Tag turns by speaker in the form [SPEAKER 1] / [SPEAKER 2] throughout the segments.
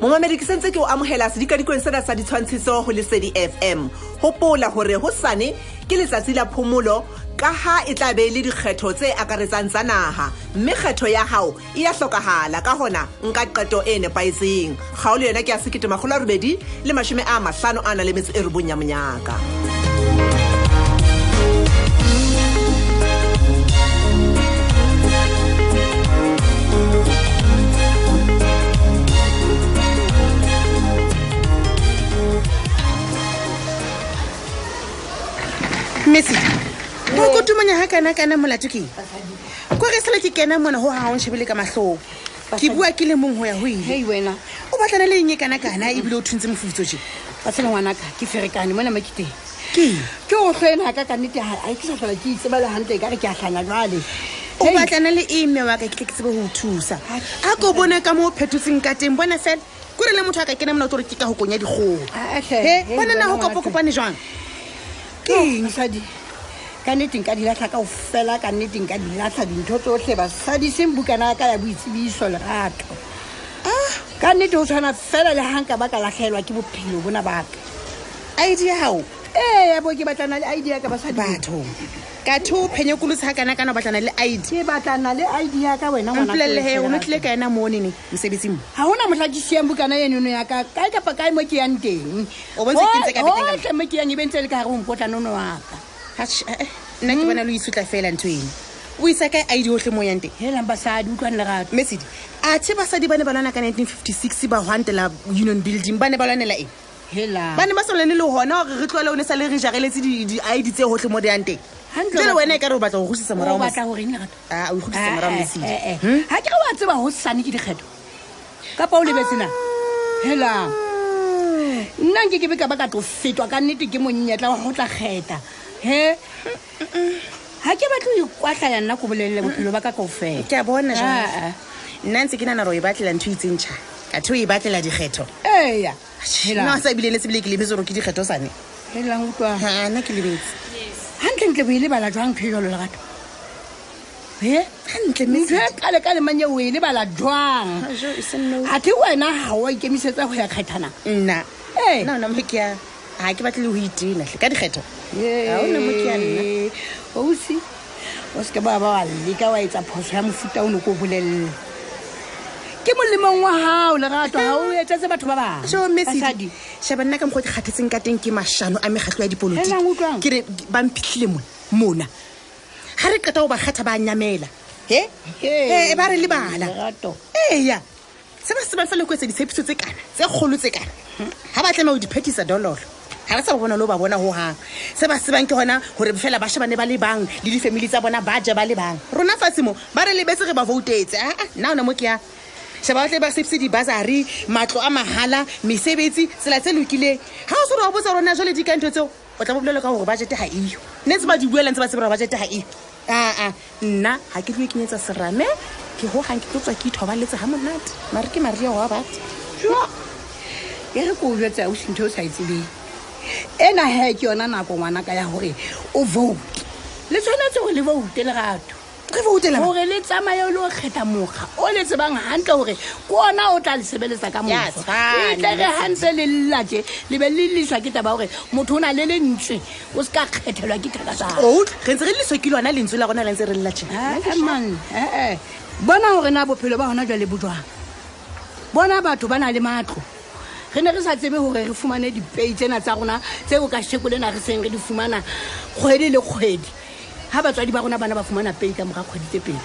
[SPEAKER 1] momamedi ke sentse ke o amogela sedikadikong sena sa ditshwantshiso go lesedi fm gopola gore go sane ke letsatsi la phomolo ka ha e tla be le dikgetho tse akaretsang tsa naga mme kgetho ya gago e ya tlhokagala ka gona nka qeto e nepaetseng gao le yona ke ya seketemagolo a robedi le mašome a matlhano a na le metso e robong ya monyaka
[SPEAKER 2] mesita o kotomanya ga kana-kana molato keng ko re sele ke kena mona go gago nshebele ka matlhong ke bua ke le mong go ya go ile
[SPEAKER 3] hei wena
[SPEAKER 2] o batlana le eng e kana-kana ebile o thuntse mofutso je
[SPEAKER 3] wa tseba ngwanaka ke ferekane mo namakiteng
[SPEAKER 2] ke eng?
[SPEAKER 3] ke o tlhoena ka kannete ha- ha ke sa tlhola ke itsebale gantle ka re ke a tlhanya jale
[SPEAKER 2] o
[SPEAKER 3] Hei,
[SPEAKER 2] batlana le eng mme wa ka ke tle ke tsebe go o thusa a ko bona ka moo phetotseng ka teng bona fela kore le motho a ka kena mona o tore ke ka go konya dikgogo
[SPEAKER 3] Ah, hle.
[SPEAKER 2] he
[SPEAKER 3] Hei,
[SPEAKER 2] bona na
[SPEAKER 3] wena
[SPEAKER 2] go
[SPEAKER 3] ngwanaka.
[SPEAKER 2] kopakopane jang
[SPEAKER 3] ke eng, mosadi kanneteng ka dilatlha kao fela kanneteng ka dilatlha dintho tsotlhe basadi seng bukana ya ka ya boitsebiso lerato Ah. kannete go tshwana fela le ganka ba ka latlhelwa ke bophelo bona baka
[SPEAKER 2] id ya gago
[SPEAKER 3] ee ya bo ke batlana le idea ka basadi
[SPEAKER 2] batho ka tho phenyokolosi ga kana-kana o batlana le id
[SPEAKER 3] ke batlana le idea ka wena ngwanaka
[SPEAKER 2] mpolelele he o ne
[SPEAKER 3] Lerato.
[SPEAKER 2] tlile ka ena moonene mosebetsing mo
[SPEAKER 3] ha hona mohla ke siang bukana enono ya ka kae kapa kae mo ke yang teng
[SPEAKER 2] O bontse ke ntse ka beteng ka mo.
[SPEAKER 3] Hohle mo ke yang e be ntse le ka gare mpotlanono wa ka
[SPEAKER 2] Atjhe, eh, eh, nna ke bona le o itsutla fela ntho eno o isa kae id otlhe mo yang teng
[SPEAKER 3] helang basadi utlwang lerato
[SPEAKER 2] mesedi athe basadi ba ne ba lwana ka 1956 ba hwantela union building ba ne ba lwanela eng ba
[SPEAKER 3] helang
[SPEAKER 2] ne ba sa lwane le gona gore re tloele o ne sa le re jareletse di-id tse gotlhe mo di yang teng
[SPEAKER 3] Hantle
[SPEAKER 2] jale
[SPEAKER 3] batho.
[SPEAKER 2] wena e ka re o batla go gosisa
[SPEAKER 3] o
[SPEAKER 2] morao Ah,
[SPEAKER 3] batla Ah, eh, goreng
[SPEAKER 2] o
[SPEAKER 3] lerato
[SPEAKER 2] ikgodisa morao Hmm? mesedi
[SPEAKER 3] ga ke re wa tseba go sane ke dikgetho kapa o lebetsena helang
[SPEAKER 2] Hmm,
[SPEAKER 3] nna nke ke be ka ba ka tlo fetwa ka nnete ke monyetla wa go tla kgetha he ga ke batlo ikwatlha ya nna ko bolelele bophelo ba ka kao fela
[SPEAKER 2] ke a bona
[SPEAKER 3] Ah, ah.
[SPEAKER 2] jang nna ntse ke nana gore o e batlela ntho e itsentšha kathe o e batlela dikgetho
[SPEAKER 3] eya
[SPEAKER 2] Atjhe, nna o sa ebile le sebile ke lebetse gore ke dikgetho sane
[SPEAKER 3] helang utlwa
[SPEAKER 2] Ha, nna ke lebetse
[SPEAKER 3] gantlentle bo e lebala jwang ntho e jalo lerato e
[SPEAKER 2] gantle
[SPEAKER 3] ntho e kalekalengmanye o e lebala jwang
[SPEAKER 2] nna
[SPEAKER 3] athe wena ga wa ikemisetsa go ya kgethana Ee.
[SPEAKER 2] nna ona mo ke ya ga ke batle le go itenatle ka dikgetho Ha hona mo ke yang nna.
[SPEAKER 3] ausi o seke ba ba wa leka wa etsa phoso ya mofuta o ne ko bolelele ke molemong wa gago lerato ga o etsetse batho ba
[SPEAKER 2] so
[SPEAKER 3] bangwe
[SPEAKER 2] mesedi shaba nna ka mokgwa ke kgathetseng ka teng ke mašano a megaklo ya dipolotiki
[SPEAKER 3] Helang, utlwang?
[SPEAKER 2] ke re bamphitlhile mona mona ga re qeta go ba kgatha ba nyamela e e ba re lebala
[SPEAKER 3] lerato
[SPEAKER 2] eya se ba se ba fela ko etsa ditshepiso tse kana tse kgolo tse kana ga ba tlamaya go di phetisa dololo ga re sa ba bona le o ba bona gogang se ba sebang ke gona gore fela ba shebane ba le bang le difamily tsa bona ba ja ba le bang rona fatshe mo ba re lebetse ge ba Ah, voutetse aa nna one mo ke yang shaba batle ba sepise dibasari matlo a mahala mesebetsi tsela tse lokileng ga o sere wa botsa rona jale di ka ntho tseo o tla bobolelo ka gore budgete ga iyo nne tse ba di buela ntse ba tsebora budgete ga iyo aa nna ga ke tloe kenyetsa serame ke gogang ke tlo tswa ke ithobaletse ga monate mare ke maria wa batho
[SPEAKER 3] e re ko o jetsa o sentho o sa etsebeng ena he ke yona nako ngwanaka ya gore o vote le tshwanetse gore le vote lerato
[SPEAKER 2] re voutela mang?
[SPEAKER 3] gore le tsamaye le o kgetha mokga o le tsebang gantle gore ke ona o tla le sebeletsa ka
[SPEAKER 2] Ya
[SPEAKER 3] moso
[SPEAKER 2] tshwana,
[SPEAKER 3] etle re gantse le llate le be le leswa ke taba gore motho o na le lentswe o se ka kgethelwa ke thaka sa
[SPEAKER 2] Out, re ntse re leswe ke lona lentswe la rona le ntse re lela tjena
[SPEAKER 3] Ah, man ee bona gore na bophelo ba gona jwale bo jwang bona batho ba na le matlo re ne re sa tsebe gore re fumane dipei tsena tsa rona tseo ka sheko lena re seng re di fumana kgwedi le kgwedi ga batswadi ba rona bana ba fumana pei ka mora kgwedi tse pedi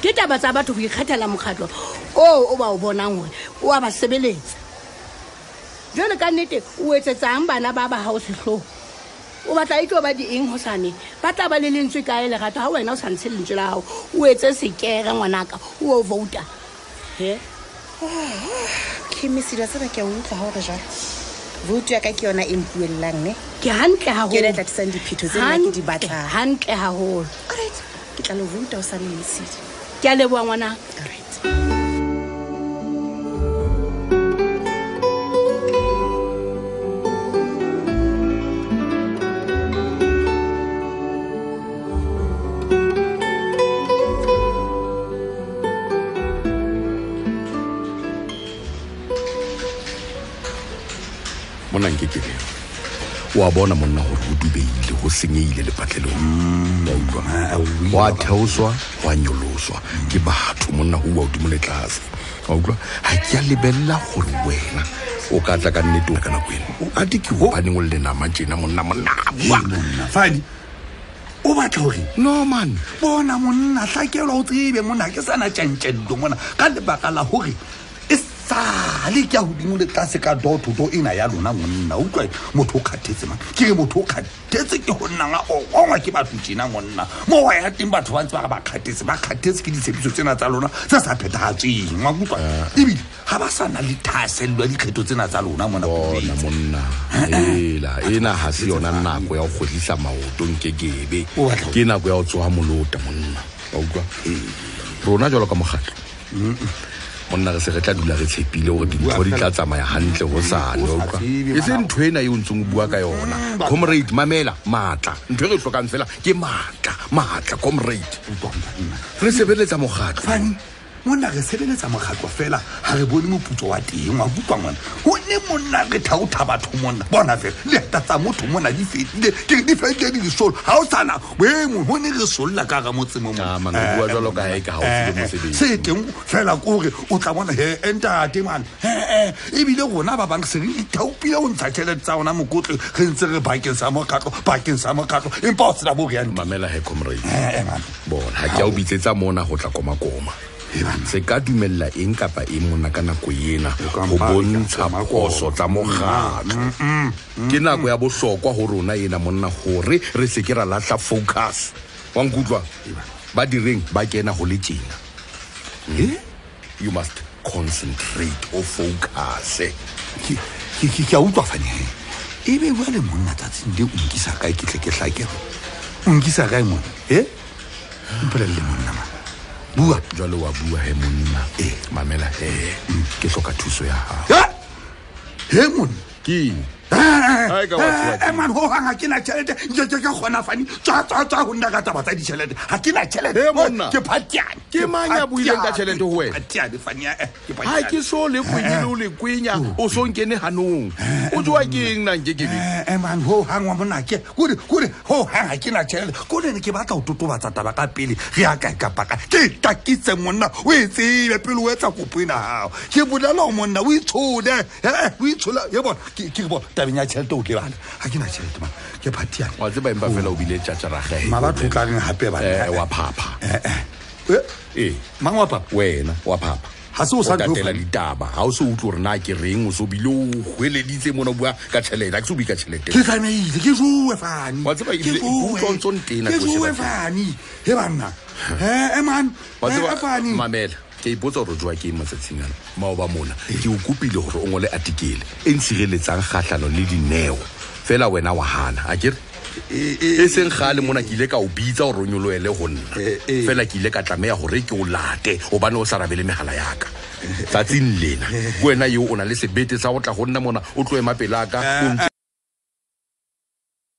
[SPEAKER 3] ke taba tsa batho go ikgethela mokgatlho oo o ba o bonang gore o a ba sebeletsa jwale ka nnete o etsetsang bana ba ba ga o setlhogo o batla e tlo ba di eng gosane ba tla ba le lentswe kae lerato ga wena o santshe lentswe la gago o etse sekere ngwanaka o o vouta he
[SPEAKER 2] ke mesedi wa tseba ke a utlwa gore jalo voutu ya ka ke yone e mpuelelang ne
[SPEAKER 3] ke hantle
[SPEAKER 2] ke yone e
[SPEAKER 3] haholo
[SPEAKER 2] tlatisang diphetho tse nna ke di
[SPEAKER 3] hantle
[SPEAKER 2] batlang
[SPEAKER 3] hantle haholo
[SPEAKER 2] Alright, ke tla le vouta o sane mesedi
[SPEAKER 3] ke a leboa ngwanaka
[SPEAKER 2] alright
[SPEAKER 4] wa bona monna gore o dubeile go senyeile lefatlhelong wa utlwa go a theoswa go a nyoloswa ke batho monna go ua odimo le tlase wa utlwa ga ke a lebelela gore wena o ka tla ka nnete ka nako eno a te ke obaneng o lenama tjena monna monna bua.
[SPEAKER 5] fadi o batla gore
[SPEAKER 4] no man
[SPEAKER 5] bona monna tlakelwa o tsebe monna ke sana tšantšento mona ka lebaka la gore e sale ke ya godimo le tlase ka dototo ena ya lona monna utlwa e, motho o kgathetse ma ke re motho o kgathetse ke go nnang a orongwa ke batho tjena monna mo wa ya teng batho ba ntse ba re ba kgathetse ba kgathetse ke ditshepiso tsena tsa lona tse sa phethagatsweng wa kutlwa
[SPEAKER 4] Ah.
[SPEAKER 5] ebile ga ba sa na le thaselelo ya dikgetho tsena tsa lona mona
[SPEAKER 4] bona
[SPEAKER 5] Mofetsi.
[SPEAKER 4] monna ela ena ga se yona nako ya go kgodisa maoto nkekebe
[SPEAKER 5] O batla ho-
[SPEAKER 4] ke nako ya go tsoga molota monna wa utlwa rona jalo ka mogatlho monna re se re tla dula re tshepile gore dintho di tla tsamaya gantle go sane wa utlwa
[SPEAKER 5] tsebe, Mm,
[SPEAKER 4] e se ntho ena yo o ntseng o bua ka yona comrade mamela maatla ntho e re e tlhokang fela ke maatla maatla comrade
[SPEAKER 5] Utlwa, monna.
[SPEAKER 4] re sebeletsa mogatlho
[SPEAKER 5] fane monna re sebeletsa mokgatlho fela ga re bone moputso wa teng wa kutlwa ngwana o ne monna re thaotha batho monna bona fela leta tsa motho mona di fedile ke re di fedile di lesolo ga o sana boemo go ne re solola ka ga motse mo
[SPEAKER 4] Ah,
[SPEAKER 5] monna.
[SPEAKER 4] man, o bua
[SPEAKER 5] Eh,
[SPEAKER 4] jwalo ka ha e ka ha o tsebe
[SPEAKER 5] eh, eh,
[SPEAKER 4] mosebetsi.
[SPEAKER 5] se teng fela kore o tla bona he entate mane ee ebile rona ba bang se re ithaopile go ntsha tšhelete tsa rona mokotle re ntse re bakeng sa mokgatlho bakeng sa mokgatlho empa o sena bo reyang
[SPEAKER 4] mamela he comrade
[SPEAKER 5] ee mane
[SPEAKER 4] bona ga ke a o bitsetsa mona go tla komakoma se ka dumelela eng kapa eng mona ka nako ena
[SPEAKER 5] ka
[SPEAKER 4] go
[SPEAKER 5] mpa
[SPEAKER 4] bontsha
[SPEAKER 5] ka komakoma.
[SPEAKER 4] phoso tsa mogatlo ke nako ya bohlokwa go rona ena monna gore re se ke ra latlha focus wa nkutlwa ba direng ba kena go le tjena
[SPEAKER 5] Eh?
[SPEAKER 4] you must concentrate o focuse
[SPEAKER 5] ke ke- ke- ke a utlwa fanege e be bua le monna tsatsing le o nkisa kae ke tle ke tlakego o nkisa kae mona e mpolele le monna ma
[SPEAKER 4] bua jalo wa bua he monna
[SPEAKER 5] Ee. Mm.
[SPEAKER 4] mamela he ke tlhoka thuso ya gago
[SPEAKER 5] he monna
[SPEAKER 4] ke eng?
[SPEAKER 5] 아,
[SPEAKER 4] Ha e ka wa tseba ke-
[SPEAKER 5] eman go gang ga ke na tšhelete nke ke ka kgona fane tswatswatswa go nna ka taba tsa ditšhelete ga ke na tšhelete
[SPEAKER 4] He, monna.
[SPEAKER 5] ke phatiane
[SPEAKER 4] Ke mang ya buileng ka
[SPEAKER 5] 아,
[SPEAKER 4] tjhelete ho wena?
[SPEAKER 5] phatiane fane
[SPEAKER 4] ha ke so le kwenye le o le kwenya o so nkene ganong o jewa ke eng nanke kebe
[SPEAKER 5] eman go gangwa monake kore kore go gang ga ke na tšhelete kore ne ke batla go totobatsa taba ka pele ge a kae kapaka ke takitse monna o e tsebe pele o etsa kopo ena gago ke bolela go monna o itshole ee o itshole e bona ke ke bona tabeng ya tšhelete o ke bana ga ke na tšhelete ma ke phatiane
[SPEAKER 4] wa tse baeng ba fela o bile tšatšaragee
[SPEAKER 5] mabatho o tla reng gape
[SPEAKER 4] Eh, wa phapha
[SPEAKER 5] Eh.
[SPEAKER 4] ee
[SPEAKER 5] mang wa papa
[SPEAKER 4] wena wa phapha
[SPEAKER 5] Ha se o sa tlo-
[SPEAKER 4] tatela ditaba ga o se utlwe gore na ke reng o se o bile o hweleditse mona o bua ka tšhelete a ke se o bue ka
[SPEAKER 5] ke
[SPEAKER 4] tšhelete
[SPEAKER 5] tsamaile ke joe fane
[SPEAKER 4] Wa tseba ebile ke utlwa o ntso ntena ke o
[SPEAKER 5] joe
[SPEAKER 4] sheba
[SPEAKER 5] fane e banna ee man
[SPEAKER 4] Wa tseba,
[SPEAKER 5] ee fane
[SPEAKER 4] mamela ke a ipotsa gore o jwa ke eng matsatsing ano maoba mona ke o kopile gore o ngwe le atikele e ntshireletsang kgatlhano le dineo fela wena wa gana a kere e seng gale mona ke ile ka o bitsa gore o nyoloele go nna fela ke ile ka tlameya gore ke o late obane o sa rabele megala yaka tsatsing lena ke wena yo o na le sebete sa go tla go nna mona o tlo ema pele aka o ntse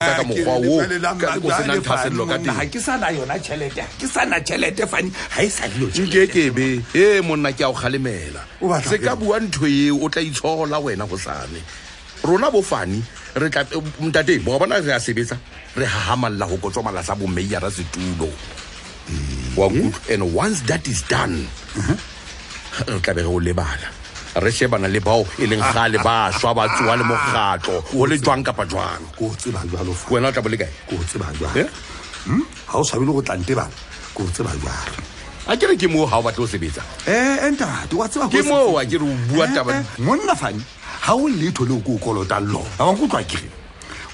[SPEAKER 4] ka mokgwa oo ka- o senang thaselelo ka teng
[SPEAKER 5] ke sana yona tšhelete ke sana tšhelete fane ga e salelo
[SPEAKER 4] nkekebe e monna ke a o kgalemela
[SPEAKER 5] O batla
[SPEAKER 4] se ka
[SPEAKER 5] eng?
[SPEAKER 4] bua ntho eo o tla itshola wena go sane rona bofane re tla mtate boa bona re a sebetsa re hahamalela go kotsomala sa bommeiara setulo
[SPEAKER 5] Mm.
[SPEAKER 4] wa nkutlwa? and once that is done
[SPEAKER 5] Uh-huh.
[SPEAKER 4] re tlabe re o lebala re shebana le bao e leng ga le baswa ba tsoa le mogatlo o le jwang kapa jwang
[SPEAKER 5] ko tseba jalo fa
[SPEAKER 4] wena o tla bo le kae
[SPEAKER 5] ko tseba
[SPEAKER 4] Eh?
[SPEAKER 5] jalo ga o swabele go tlante bana ko tseba jalo
[SPEAKER 4] a kere ke moo ga o batle o sebetsa
[SPEAKER 5] ee entate Eh, wa tseba
[SPEAKER 4] ke
[SPEAKER 5] ko-
[SPEAKER 4] moo a kere o bua
[SPEAKER 5] Eh,
[SPEAKER 4] taba
[SPEAKER 5] eh, monna fane ga o letho leo ko o kolotang lona a wankutlwa kere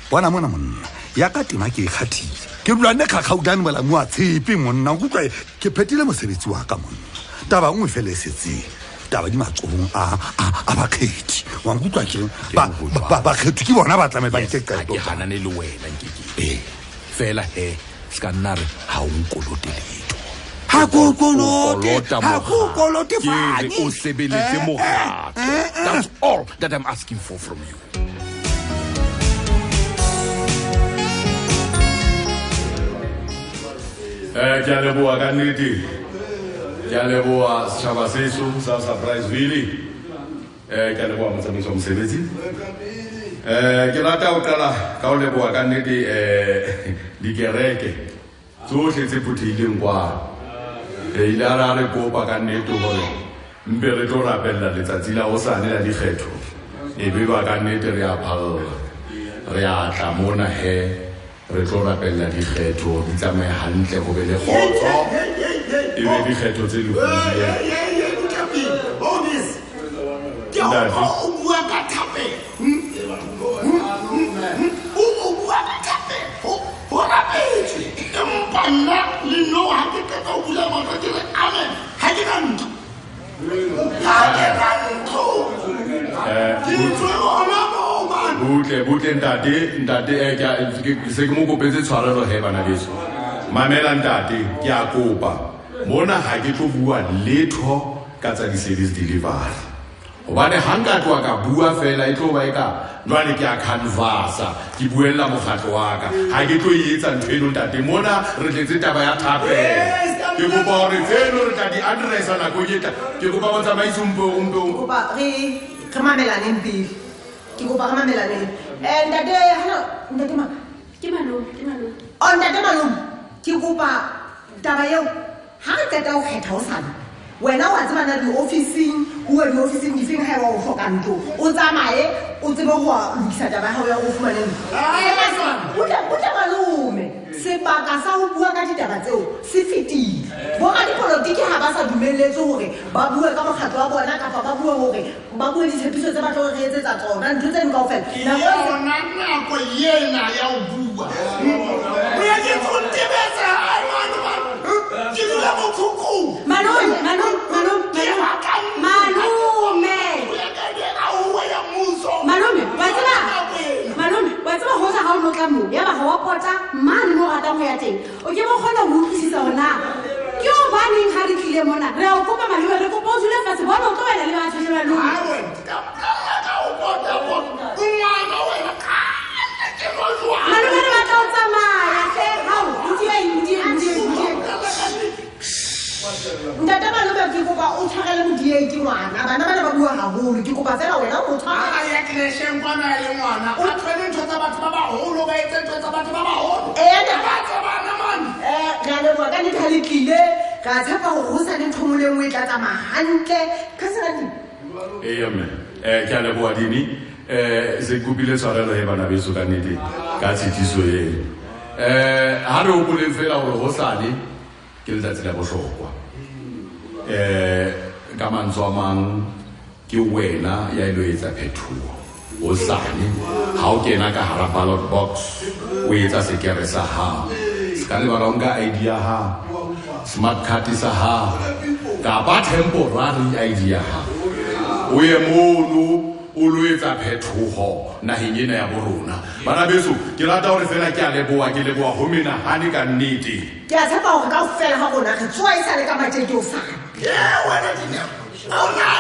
[SPEAKER 5] bona mona monna ya ka tema ke e kgathile ke dulane kgakgaudane molamo wa tshepe monna nkutlwa ke phetile mosebetsi wa ka monna taba nngwe fele e setseng taba di matsogong a a- a bakgethi wankutlwa kere Ba-
[SPEAKER 4] Ke
[SPEAKER 5] ba- ba- bakgethi ke bona ba tlamee ba nke
[SPEAKER 4] ga
[SPEAKER 5] qeto
[SPEAKER 4] ke ganane le wena nkekebe
[SPEAKER 5] Ee.
[SPEAKER 4] fela he se ka nna re ga o nkolote letho
[SPEAKER 5] Ha ke o kolote,
[SPEAKER 4] Okolota
[SPEAKER 5] ha ke o Eh, kolote,
[SPEAKER 4] mogatla. Ke re
[SPEAKER 5] Fani.
[SPEAKER 4] o sebeletse mogatla
[SPEAKER 5] eh,
[SPEAKER 4] that's all that i'm asking for from you
[SPEAKER 6] Eh, ke a leboa ka nnete ke a leboa setšhaba Eh, seso sa surprise ville um ke a leboa motsamaiso wa mosebetsi Eh, ke rata ho qala ka ho leboha ka nnete eh, dikereke tsohle tse phuthehileng kwano e ile a ra re kopa ka nnete hore mpe re tlo rapella letsatsi la hosane la dikgetho e be ba ka nnete re a phalla re a tla mona he re tlo rapella dikgetho di tsamaye hantle ho be le kgotso e be dikgetho tse lehodileng Ntate.
[SPEAKER 7] empanna le no ga ke keka o bula matlho ke re amen ga ke ka ntlo ga ke ka ntlo ke tswe gona moo mane
[SPEAKER 6] butle butle ntate ntate eh, ke a- ke- ke- se ke mo kopetse tshwarelo he bana beso mamela ntate ke a kopa mona ha ke tlo bua letho ka tsa di-service delivery gobane ga nka tloa ka bua fela e tlo ba e ka jwale ke a canvasa ke buelela mokgatlho wa ka ga ke tlo e etsa ntho eno ntate mona re tletse taba ya thapela ke kopa gore tseno re tla di-addressa nakong eta ke kopa motsamaisi ompe ompe
[SPEAKER 2] kopa re re mamelaneng pele ke kopa re mamelaneng um ntate hana ntate ma
[SPEAKER 3] ke malome ke malome
[SPEAKER 2] o ntate malome Oh, ke kopa taba eo ga re qeta ho kgetha ho sana wena wa tsebana diofising huwa diofising difeng ga eba o hloka ntlo o tsamaye o tsebe ho wa lokisa taba ya hao ya ho fumane ntlo Butle- butle malome sebaka sa ho bua ka ditaba tseo se fetile boga dipolotiki ga ba sa dumeletse gore ba bue ka mokgatlho wa bona kapa ba bue gore ba bue ditshepiso tse batlo re etsetsa tsona ntho tseno kao fela
[SPEAKER 7] yona nako yena ya o bua boyake kontebetsa aemane mane ke dula bokhukung
[SPEAKER 2] malome malome malome
[SPEAKER 7] ke
[SPEAKER 2] malome
[SPEAKER 7] makalome
[SPEAKER 2] malome
[SPEAKER 7] boyakadekaowe ya mmuso
[SPEAKER 3] malome wa tseba malome wa tseba hoja ha o no tla moo yaba ha wa pota mane mo o ratang ho ya teng o ke bo kgona ho utlwisisa hore na ke hobaneng ha re tlile mona re a o kopa malome re kopa o dule fatshe bona o tlo wena le batshwashe malome malome re batla ho tsamaya hle hao ndie ndie ndie ndie
[SPEAKER 2] ntate malome ke kopa o tshwarele modiei ke ngwana bana bana ba bua gagolo ke kopa fela wena o
[SPEAKER 7] Ah,
[SPEAKER 2] tshware eh, re a leboa ka netha le tlile re a tshepa gore go sane ntho ngwe le nngwe e tla tsamaya gantle ka senadi
[SPEAKER 6] eya mme um ke a leboa dini um se kopile tshwarelo he bana beso ka nnete ka tshetiso eno um ga re opoleng fela gore go sale ke letsatsi la botlhokwa um ka mantswe a mang ke wena ya e lo etsa phetogo o sane ga o kena ka hara ballot box o etsa sekere sa gago se ka lebala o nka id ya gago smart card sa gago kapa temporary id ya gago o ye mono o lo etsa phethogo nageng ena ya borona bana beso ke rata gore fela ke a leboa ke leboa go menagane ka nnete
[SPEAKER 2] ke a tshepa gore ka go fela ga rona re tswa e sale ka matete o sana
[SPEAKER 7] ona e